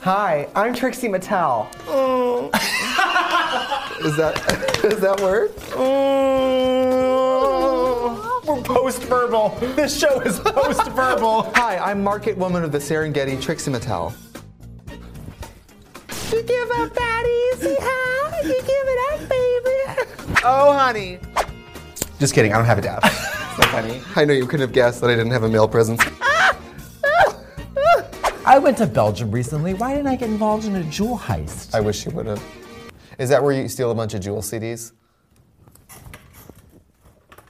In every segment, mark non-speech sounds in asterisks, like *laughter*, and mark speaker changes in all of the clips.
Speaker 1: Hi, I'm Trixie Mattel.
Speaker 2: Oh.
Speaker 1: is that is that word?
Speaker 2: Oh. We're post verbal. This show is post verbal.
Speaker 1: *laughs* Hi, I'm market woman of the Serengeti, Trixie Mattel. You give up that easy, huh? You give it up, baby.
Speaker 2: Oh, honey. Just kidding. I don't have a *laughs* dab.
Speaker 1: I know you couldn't have guessed that I didn't have a male presence.
Speaker 3: I went to Belgium recently. Why didn't I get involved in a jewel heist?
Speaker 1: I wish you would have. Is that where you steal a bunch of jewel CDs?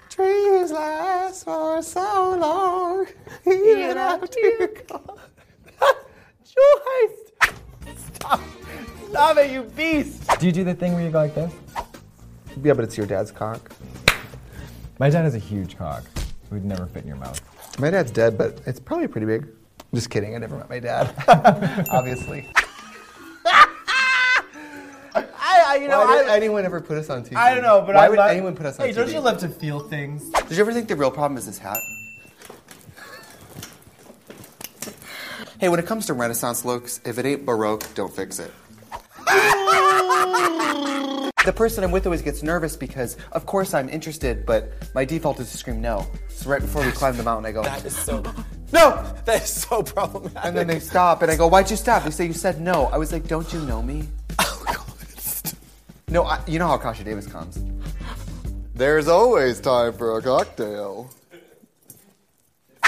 Speaker 1: Dreams last for so long, even after you gone.
Speaker 3: Jewel heist! Stop. Stop it, you beast! Do you do the thing where you go like this?
Speaker 1: Yeah, but it's your dad's cock.
Speaker 3: My dad has a huge cock. It would never fit in your mouth.
Speaker 1: My dad's dead, but it's probably pretty big. Just kidding, I never met my dad. *laughs* Obviously.
Speaker 2: I, I, you know,
Speaker 1: Why did
Speaker 2: I,
Speaker 1: anyone ever put us on TV?
Speaker 2: I don't know, but
Speaker 1: Why
Speaker 2: I
Speaker 1: would
Speaker 2: love-
Speaker 1: anyone put us on
Speaker 2: Hey,
Speaker 1: TV?
Speaker 2: don't you love to feel things?
Speaker 1: Did you ever think the real problem is this hat? Hey, when it comes to Renaissance looks, if it ain't Baroque, don't fix it. the person I'm with always gets nervous because, of course, I'm interested, but my default is to scream no. So right before we climb the mountain, I go,
Speaker 2: is so.
Speaker 1: no!
Speaker 2: That is so problematic.
Speaker 1: And then they stop, and I go, why'd you stop? They say, you said no. I was like, don't you know me?
Speaker 2: oh god.
Speaker 1: No, I, you know how Kasha Davis comes. There's always time for a cocktail.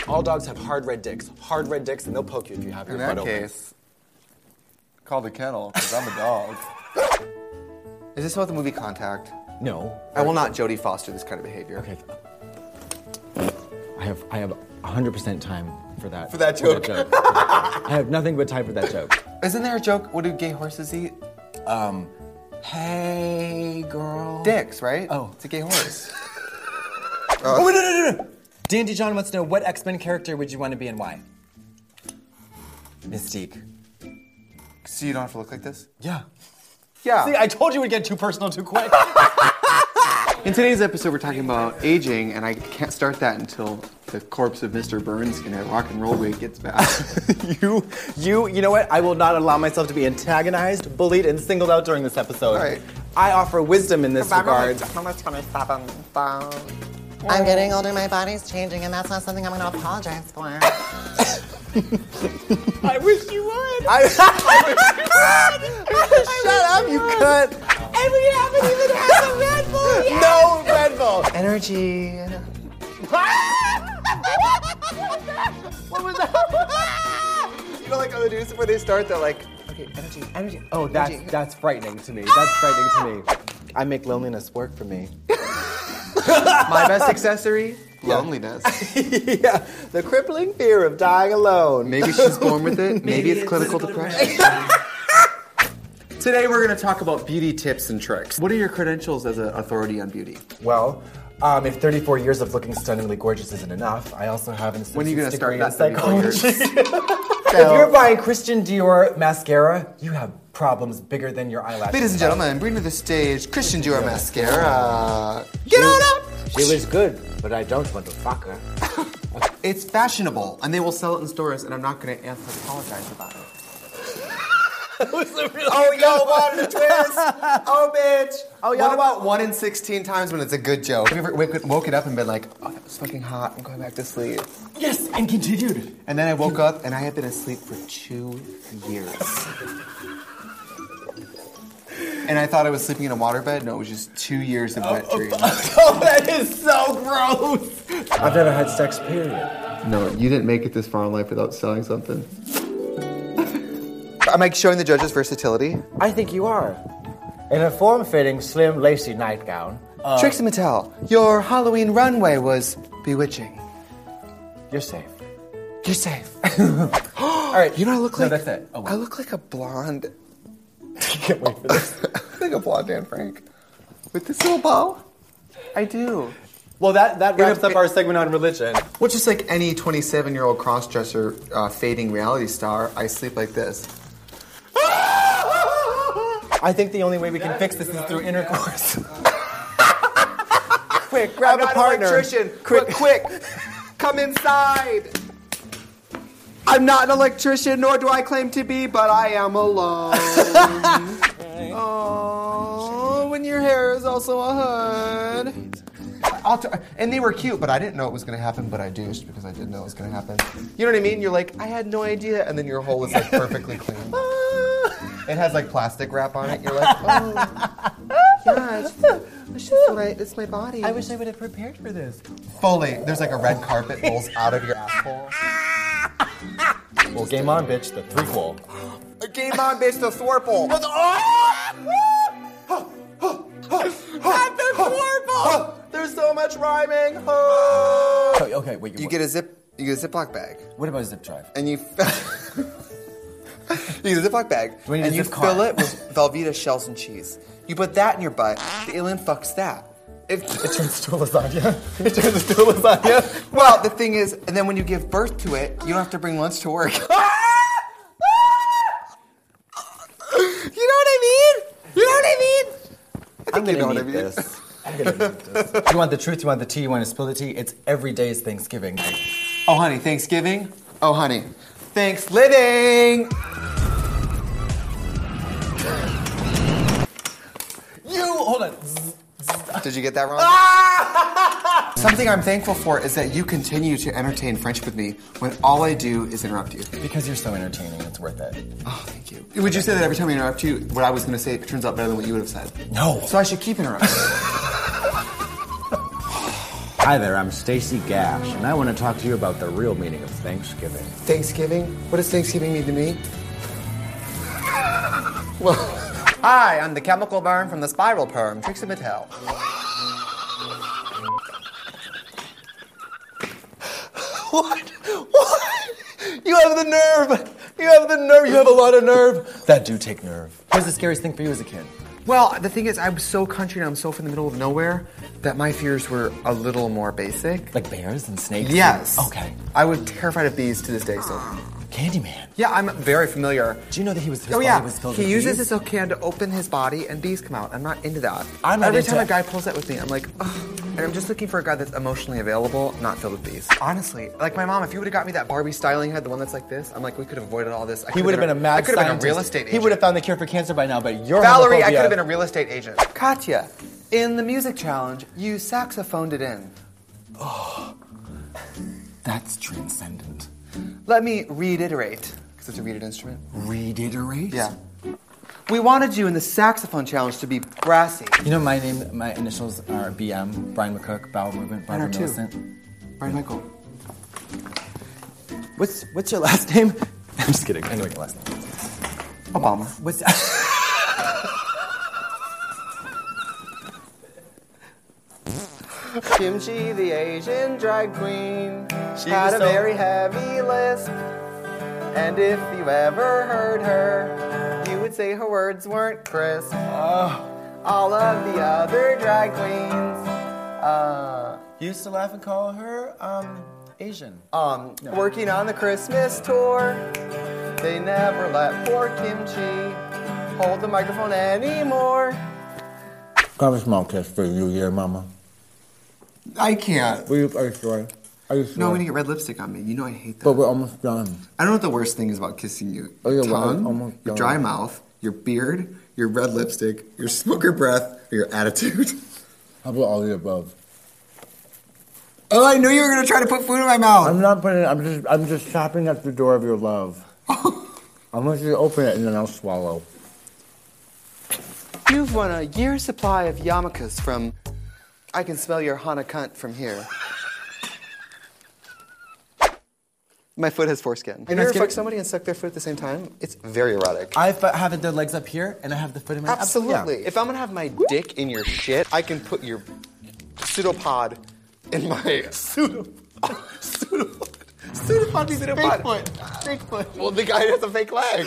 Speaker 4: All dogs have hard red dicks. Hard red dicks, and they'll poke you if you have your
Speaker 1: In
Speaker 4: butt
Speaker 1: that
Speaker 4: open.
Speaker 1: case, call the kennel because I'm a dog. *laughs* Is this about the movie Contact?
Speaker 3: No.
Speaker 1: I will not Jodie Foster this kind of behavior.
Speaker 3: Okay. I have I have 100% time for that. For
Speaker 1: that
Speaker 3: joke. I have nothing but time for
Speaker 1: *laughs*
Speaker 3: that joke.
Speaker 1: Isn't there a joke? What do gay horses eat?
Speaker 4: Hey, girl.
Speaker 1: Dicks, right? Oh, it's a gay horse.
Speaker 4: Oh, no, no, no, no. Dandy John wants to know what X Men character would you want to be and why? Mystique.
Speaker 1: so you don't have to look like this.
Speaker 4: Yeah.
Speaker 1: Yeah.
Speaker 4: See, I told you we'd get too personal too quick.
Speaker 1: In today's episode, we're talking about aging, and I can't start that until the corpse of Mr. Burns in a rock and roll wig gets back.
Speaker 2: *laughs* You, you, you know what? I will not allow myself to be antagonized, bullied, and singled out during this episode.
Speaker 1: All right.
Speaker 2: I offer wisdom in this regard.
Speaker 5: I'm getting older, my body's changing, and that's not something I'm gonna apologize for.
Speaker 2: I wish you would. I, wish you would. *laughs* Shut up, you cunt. And we haven't even had a Red Bull yet. *laughs* No Red Bull.
Speaker 1: Energy.
Speaker 2: what was that?
Speaker 1: *laughs* You know, like other dudes where they start, they're like, okay, energy, energy.
Speaker 2: Oh, that's
Speaker 1: energy. Ah!
Speaker 2: that's frightening to me. That's frightening to me. I make loneliness work for me.
Speaker 1: My *laughs* best accessory? Loneliness.
Speaker 2: yeah, the crippling fear of dying alone.
Speaker 1: Maybe she's born with it. Maybe, it's, clinical depression. *laughs* Today we're going to talk about beauty tips and tricks. What are your credentials as an authority on beauty?
Speaker 3: Well, um, if 34 years of looking stunningly gorgeous isn't enough, I also have an
Speaker 1: When are you going to start
Speaker 3: degree in
Speaker 1: that 34
Speaker 3: psychology.
Speaker 1: years?
Speaker 3: *laughs* If you're buying Christian Dior mascara, you have problems bigger than your eyelashes.
Speaker 1: Ladies and gentlemen, bring to the stage Christian Dior mascara. Uh, Get on up.
Speaker 6: She was good, but I don't want to fuck
Speaker 3: *laughs*
Speaker 6: her.
Speaker 1: It's fashionable, and they will sell it in stores, and I'm not going to apologize about it.
Speaker 2: Oh, y'all wanted a twist.
Speaker 1: *laughs*
Speaker 2: Oh, bitch. Oh,
Speaker 1: What
Speaker 2: y'all want.
Speaker 1: about one in 16 times when it's a good joke? Have you ever wake- woken up and been like, oh, that was fucking hot, I'm going back to sleep?
Speaker 4: yes, and
Speaker 3: *laughs*
Speaker 4: continued.
Speaker 1: And then I woke up and I had been asleep for two years. and I thought I was sleeping in a waterbed. No, it was just two years of wet dreams.
Speaker 2: Oh, that is so gross.
Speaker 3: I've never had sex, period.
Speaker 1: No, you didn't make it this far in life without selling something. Am I showing the judges versatility?
Speaker 3: I think you are.
Speaker 6: In a form fitting, slim, lacy nightgown,
Speaker 1: Trixie Mattel, your Halloween runway was bewitching.
Speaker 6: you're safe.
Speaker 1: You're safe.
Speaker 3: *gasps* All right,
Speaker 1: You know, I look
Speaker 3: No,
Speaker 1: like
Speaker 3: that's it. Oh, wait.
Speaker 1: I look like a
Speaker 3: *laughs*
Speaker 1: blonde,
Speaker 3: can't wait for this.
Speaker 1: *laughs* like a blonde Dan Frank, with this little bow. I do.
Speaker 2: Well, that, that wraps
Speaker 1: a-
Speaker 2: up our segment on religion.
Speaker 1: Well, just like any 27 year old crossdresser uh, fading reality star, I sleep like this. *laughs*
Speaker 2: I think the only way we can fix this is through *laughs* intercourse.
Speaker 1: Quick, grab
Speaker 2: I'm
Speaker 1: a
Speaker 2: not an
Speaker 1: partner.
Speaker 2: electrician,
Speaker 1: Quick, quick. Come inside. I'm not an electrician, nor do I claim to be, but I am *laughs* alone. oh, when your hair is also a hood. I'll t- and they were cute, but I didn't know it was going to happen, but I douched because I didn't know it was going to happen. You know what I mean? You're like, I had no idea, and then your hole is like *laughs* perfectly clean. it has like plastic wrap on it. You're *laughs* like, oh, yeah, it's, it's just what I- it's my body.
Speaker 2: I wish I would have prepared for this.
Speaker 1: Fully, there's like a red carpet rolls out of your asshole.
Speaker 6: Well, game on, bitch. The threequel.
Speaker 1: Game on, bitch, the *laughs* thwarple. The
Speaker 2: Ah!
Speaker 1: thwarple. *laughs* There's so much rhyming. *laughs* Oh.
Speaker 2: Okay, okay wait.
Speaker 1: You
Speaker 2: what,
Speaker 1: get a zip. You get a Ziploc bag,
Speaker 2: what about zip *laughs* drive?
Speaker 1: and you. *laughs* You get a Ziploc bag,
Speaker 2: we need
Speaker 1: and
Speaker 2: a
Speaker 1: you
Speaker 2: zip car?
Speaker 1: fill it with Velveeta shells and cheese. You put that in your butt. The alien fucks that. It, it turns to
Speaker 2: *laughs*
Speaker 1: lasagna. It turns to lasagna. *laughs* Well, the thing is, and then when you give birth to it, you don't have to bring lunch to work. *laughs* You know what I mean? You know what I mean?
Speaker 2: I'm gonna
Speaker 1: you know what
Speaker 2: need
Speaker 1: I mean.
Speaker 2: this. I'm gonna need this. you want the truth? You want the tea? You want to spill the tea? It's every day is Thanksgiving.
Speaker 1: Oh, honey, Thanksgiving? Oh, honey, thanks living!
Speaker 2: You hold on.
Speaker 1: Did you get that wrong? *laughs* Something I'm thankful for is that you continue to entertain French with me when all I do is interrupt you.
Speaker 2: Because you're so entertaining, it's worth it.
Speaker 1: Oh, thank you. Would you say that every time I interrupt you, what I was going to say turns out better than what you would have said?
Speaker 2: No.
Speaker 1: So I should keep interrupting.
Speaker 6: Hi there. I'm Stacy Gash, and I want to talk to you about the real meaning of Thanksgiving.
Speaker 1: *laughs* Thanksgiving? What does Thanksgiving mean to me? *laughs* well, hi, I'm the chemical burn from the spiral perm, Trixie Mattel.
Speaker 2: What? What? You have the nerve. You have the nerve. You have a lot of nerve. That do take nerve. What was the scariest thing for you as a kid?
Speaker 1: Well, the thing is, I'm so country and I'm so from the middle of nowhere that my fears were a little more basic.
Speaker 2: Like bears and snakes?
Speaker 1: Yes.
Speaker 2: Okay. Ah.
Speaker 1: I was terrified of bees to this day still.
Speaker 2: Candyman.
Speaker 1: Yeah, I'm very familiar.
Speaker 2: Do you know that he was? His
Speaker 1: Oh
Speaker 2: body
Speaker 1: yeah,
Speaker 2: Was filled
Speaker 1: he
Speaker 2: with
Speaker 1: uses
Speaker 2: bees?
Speaker 1: his can to open his body, and bees come out. I'm not into that.
Speaker 2: I'm not
Speaker 1: Every
Speaker 2: into
Speaker 1: time
Speaker 2: it.
Speaker 1: a guy pulls that with me, I'm like, Ugh. and I'm just looking for a guy that's emotionally available, not filled with bees. Honestly, like my mom, if you would have got me that Barbie styling head, the one that's like this, I'm like, we could have avoided all this. I
Speaker 2: He
Speaker 1: could've
Speaker 2: would have been a mad
Speaker 1: I could have been a
Speaker 2: scientist.
Speaker 1: real estate agent.
Speaker 2: He would have found the cure for cancer by now, but your
Speaker 1: Valerie, I
Speaker 2: homophobia-
Speaker 1: could have been a real estate agent. Katya, in the music challenge, you saxophoned it in.
Speaker 2: That's transcendent.
Speaker 1: Let me reiterate, because it's a reeded instrument.
Speaker 2: Reiterate.
Speaker 1: Yeah. We wanted you in the saxophone challenge to be brassy.
Speaker 2: You know my name, my initials are BM, Brian McCook, Bowel Movement, Barbara
Speaker 1: are too.
Speaker 2: Millicent. *laughs*
Speaker 1: Right, Michael?
Speaker 2: What's what's your *laughs* last name? I'm just kidding. I know your last name.
Speaker 1: Obama.
Speaker 2: What's
Speaker 1: Kimchi, the Asian drag queen,
Speaker 2: She
Speaker 1: had
Speaker 2: was
Speaker 1: a
Speaker 2: so-
Speaker 1: very heavy lisp. And if you ever heard her, you would say her words weren't crisp.
Speaker 2: Oh.
Speaker 1: All of the other drag queens uh,
Speaker 2: You used to laugh and call her um Asian.
Speaker 1: um, working on the Christmas tour, they never let poor Kimchi hold the microphone anymore.
Speaker 6: Got a small kiss for you, dear mama.
Speaker 1: I can't.
Speaker 6: Will you, are you sure? Are you sure?
Speaker 1: No, I'm gonna get red lipstick on me. You know I hate that.
Speaker 6: But we're almost done.
Speaker 1: I don't know what the worst thing is about kissing you.
Speaker 6: Oh,
Speaker 1: your
Speaker 6: yeah, well, I-
Speaker 1: tongue,
Speaker 6: I'm not
Speaker 1: your
Speaker 6: done.
Speaker 1: dry mouth, your beard, your red lipstick, your smoker breath, or your attitude. *laughs*
Speaker 6: How about all the above?
Speaker 1: Oh, I knew you were gonna try to put food in my mouth.
Speaker 6: I'm not putting. I'm just. I'm just tapping at the door of your love.
Speaker 1: *laughs*
Speaker 6: I want you to open it and then I'll swallow.
Speaker 1: You've won a year's supply of yarmulkes from. I can smell your Hana cunt from here. My foot has foreskin. Have you ever
Speaker 2: skin-
Speaker 1: fucked somebody and sucked their foot at the same time? It's very erotic.
Speaker 2: I f- have the legs up here, and I have the foot in my
Speaker 1: Absolutely. If I'm gonna have my dick in your shit, I can put your pseudopod in my pseudopod. *laughs* pseudopod. Pseudopod is in a fake foot. Fake foot. Well, the guy has a fake *laughs* leg.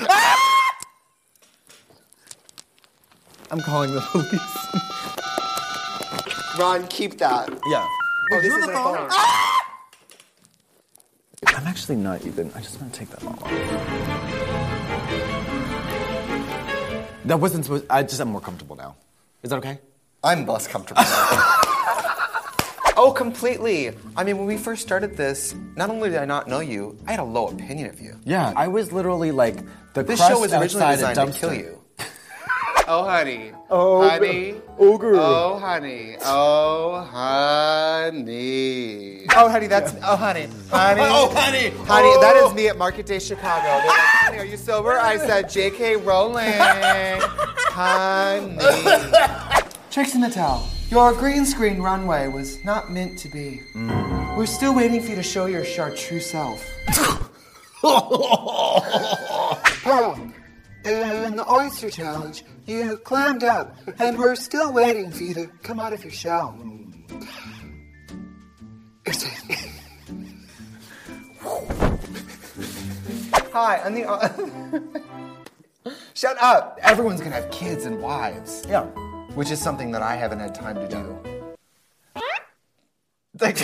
Speaker 2: I'm calling the police.
Speaker 1: *laughs* Ron, keep that.
Speaker 2: Yeah.
Speaker 1: Oh, this is the phone.
Speaker 2: I'm actually not even. I just want to take that off. That wasn't supposed. I just am more comfortable now. Is that okay?
Speaker 1: I'm less comfortable. *laughs* Oh, completely. I mean, when we first started this, not only did I not know you, I had a low opinion of you.
Speaker 2: Yeah, I was literally like the
Speaker 1: This
Speaker 2: crust
Speaker 1: show was originally
Speaker 2: outside a
Speaker 1: designed to kill
Speaker 2: dumpster.
Speaker 1: you. *laughs* oh, honey.
Speaker 6: Oh,
Speaker 1: honey.
Speaker 6: oh, girl.
Speaker 1: Oh, honey. Oh, honey. Oh, honey, that's. Oh, honey. Honey.
Speaker 4: Oh, honey.
Speaker 1: Honey, Oh. that is me at Market Day Chicago. They're like, honey, are you sober? I said, JK Rowling. honey. Tricks in the towel. Your green screen runway was not meant to be. We're still waiting for you to show your chartreuse self.
Speaker 7: Wrong. In the oyster challenge, you climbed up, and we're still waiting for you to come out of your shell. Excuse me.
Speaker 1: *laughs* Hi, I'm the. *laughs* Shut up! Everyone's gonna have kids and wives. Yeah. Which is something that I haven't had time to do. Like,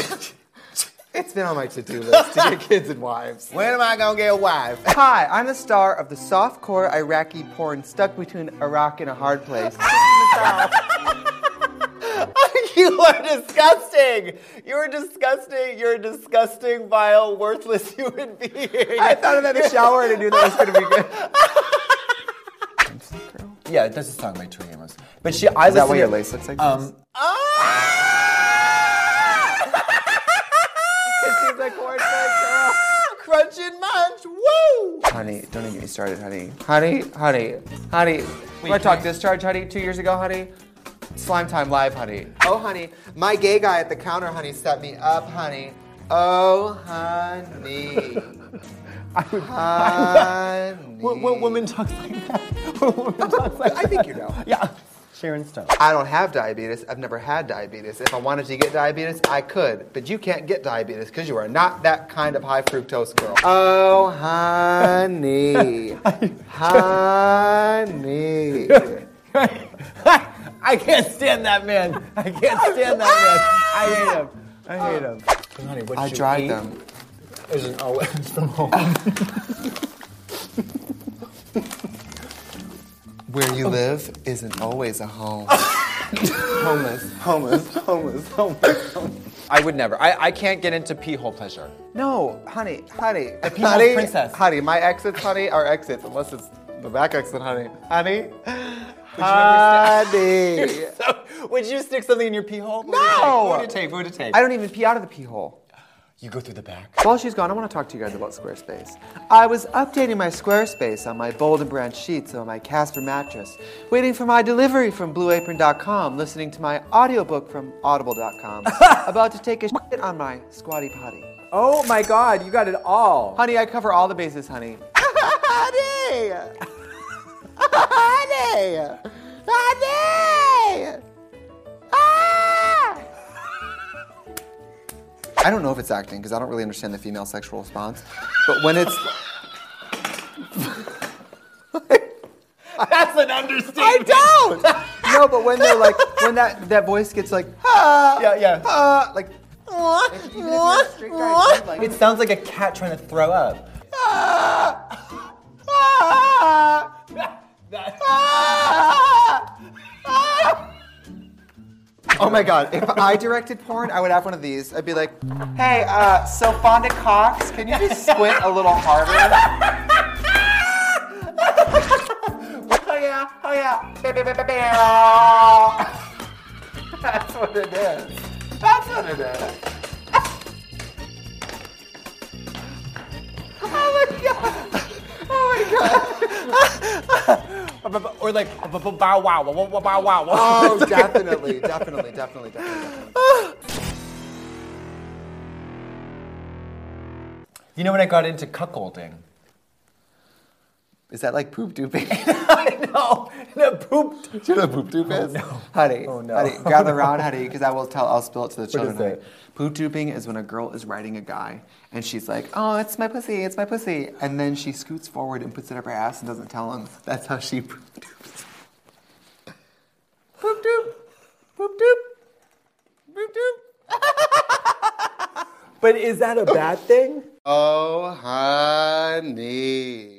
Speaker 1: *laughs* it's been on my to do list to get kids and wives. When am I gonna get a
Speaker 2: *laughs*
Speaker 1: wife? Hi, I'm the star of the softcore Iraqi porn stuck between Iraq and a hard place.
Speaker 2: *laughs* You are disgusting. You are disgusting. You're a disgusting, vile, worthless *laughs* human being.
Speaker 1: I thought of that in the shower and I knew that was gonna be good.
Speaker 2: yeah, that's a song by Tori Amos. But she, I
Speaker 1: Is that
Speaker 2: listened
Speaker 1: why
Speaker 2: to-
Speaker 1: your lace looks like this?
Speaker 2: Um,
Speaker 1: She's a corn girl.
Speaker 2: Crunch and munch. Woo!
Speaker 1: Honey, don't even get me started, honey. Honey, honey, honey. Wait, I talk discharge, honey, two years ago, honey? Slime time live, honey. Oh, honey, my gay guy at the counter, honey, set me up, honey. Oh, *laughs* honey. I would, *laughs* honey.
Speaker 2: What, what woman talks like that? What woman talks like
Speaker 1: I think you know.
Speaker 2: Yeah, Sharon Stone.
Speaker 1: I don't have diabetes. I've never had diabetes. If I wanted to get diabetes, I could. But you can't get diabetes because you are not that kind of high fructose girl. Oh, *laughs* honey. honey.
Speaker 2: *laughs* I can't stand that man. I can't stand that man. I hate him. I hate him. Honey, what
Speaker 1: I
Speaker 2: you
Speaker 1: dried
Speaker 2: eat
Speaker 1: them.
Speaker 2: Isn't
Speaker 1: *laughs*
Speaker 2: always from home.
Speaker 1: Where you live isn't always a *laughs* home.
Speaker 2: homeless, homeless, homeless, homeless, homeless. I would never. I, I can't get into pee hole *laughs* pleasure.
Speaker 1: No, honey, honey. The
Speaker 2: peanut
Speaker 1: honey,
Speaker 2: princess.
Speaker 1: Honey, my exits, honey, are exits, unless it's the back exit, honey. Honey. honey.
Speaker 2: Would you stick something in your pee hole?
Speaker 1: No!
Speaker 2: What would you take? What would you
Speaker 1: *laughs*
Speaker 2: take?
Speaker 1: I don't even pee out of the pee hole.
Speaker 2: You go through the back.
Speaker 1: While she's gone, I want to talk to you guys about Squarespace. I was updating my Squarespace on my Bold and Branch sheets on my Casper mattress, waiting for my delivery from BlueApron.com, listening to my audiobook from Audible.com, *laughs* about to take a shit on my squatty potty.
Speaker 3: Oh my god, you got it all.
Speaker 1: Honey, I cover all the bases, honey. I don't know if it's acting because I don't really understand the female sexual response, but when it's
Speaker 2: *laughs* That's an understatement.
Speaker 1: no, but when they're like when that that voice gets like ah,
Speaker 2: Yeah, yeah.
Speaker 1: ah, like
Speaker 2: It sounds like a cat trying to throw up.
Speaker 1: oh my god, if I directed porn, I would have one of these. I'd be like, hey, uh, so Fonda Cox, can you just squint a little harder? oh yeah, oh yeah. That's what it is. That's what it is.
Speaker 2: Or like bow wow wow wow wow wow.
Speaker 1: *laughs* Oh, definitely, definitely, definitely, definitely.
Speaker 2: You know when I got into cuckolding?
Speaker 1: Is that like poop duping?
Speaker 2: I know. *laughs* No poop.
Speaker 1: *laughs* Do you know what poop dupe is?
Speaker 2: no.
Speaker 1: Honey,
Speaker 2: Oh, no.
Speaker 1: honey, gather around, honey, because I will tell, I'll spill it to the
Speaker 2: is
Speaker 1: children. honey.
Speaker 2: that?
Speaker 1: Poop duping is when a girl is riding a guy and she's like, oh, it's my pussy, it's my pussy. And then she scoots forward and puts it up her ass and doesn't tell him. That's how she *laughs* poop dupes. Poop doop. Poop doop. Poop *laughs* doop.
Speaker 3: But is that a bad thing?
Speaker 1: Oh, honey.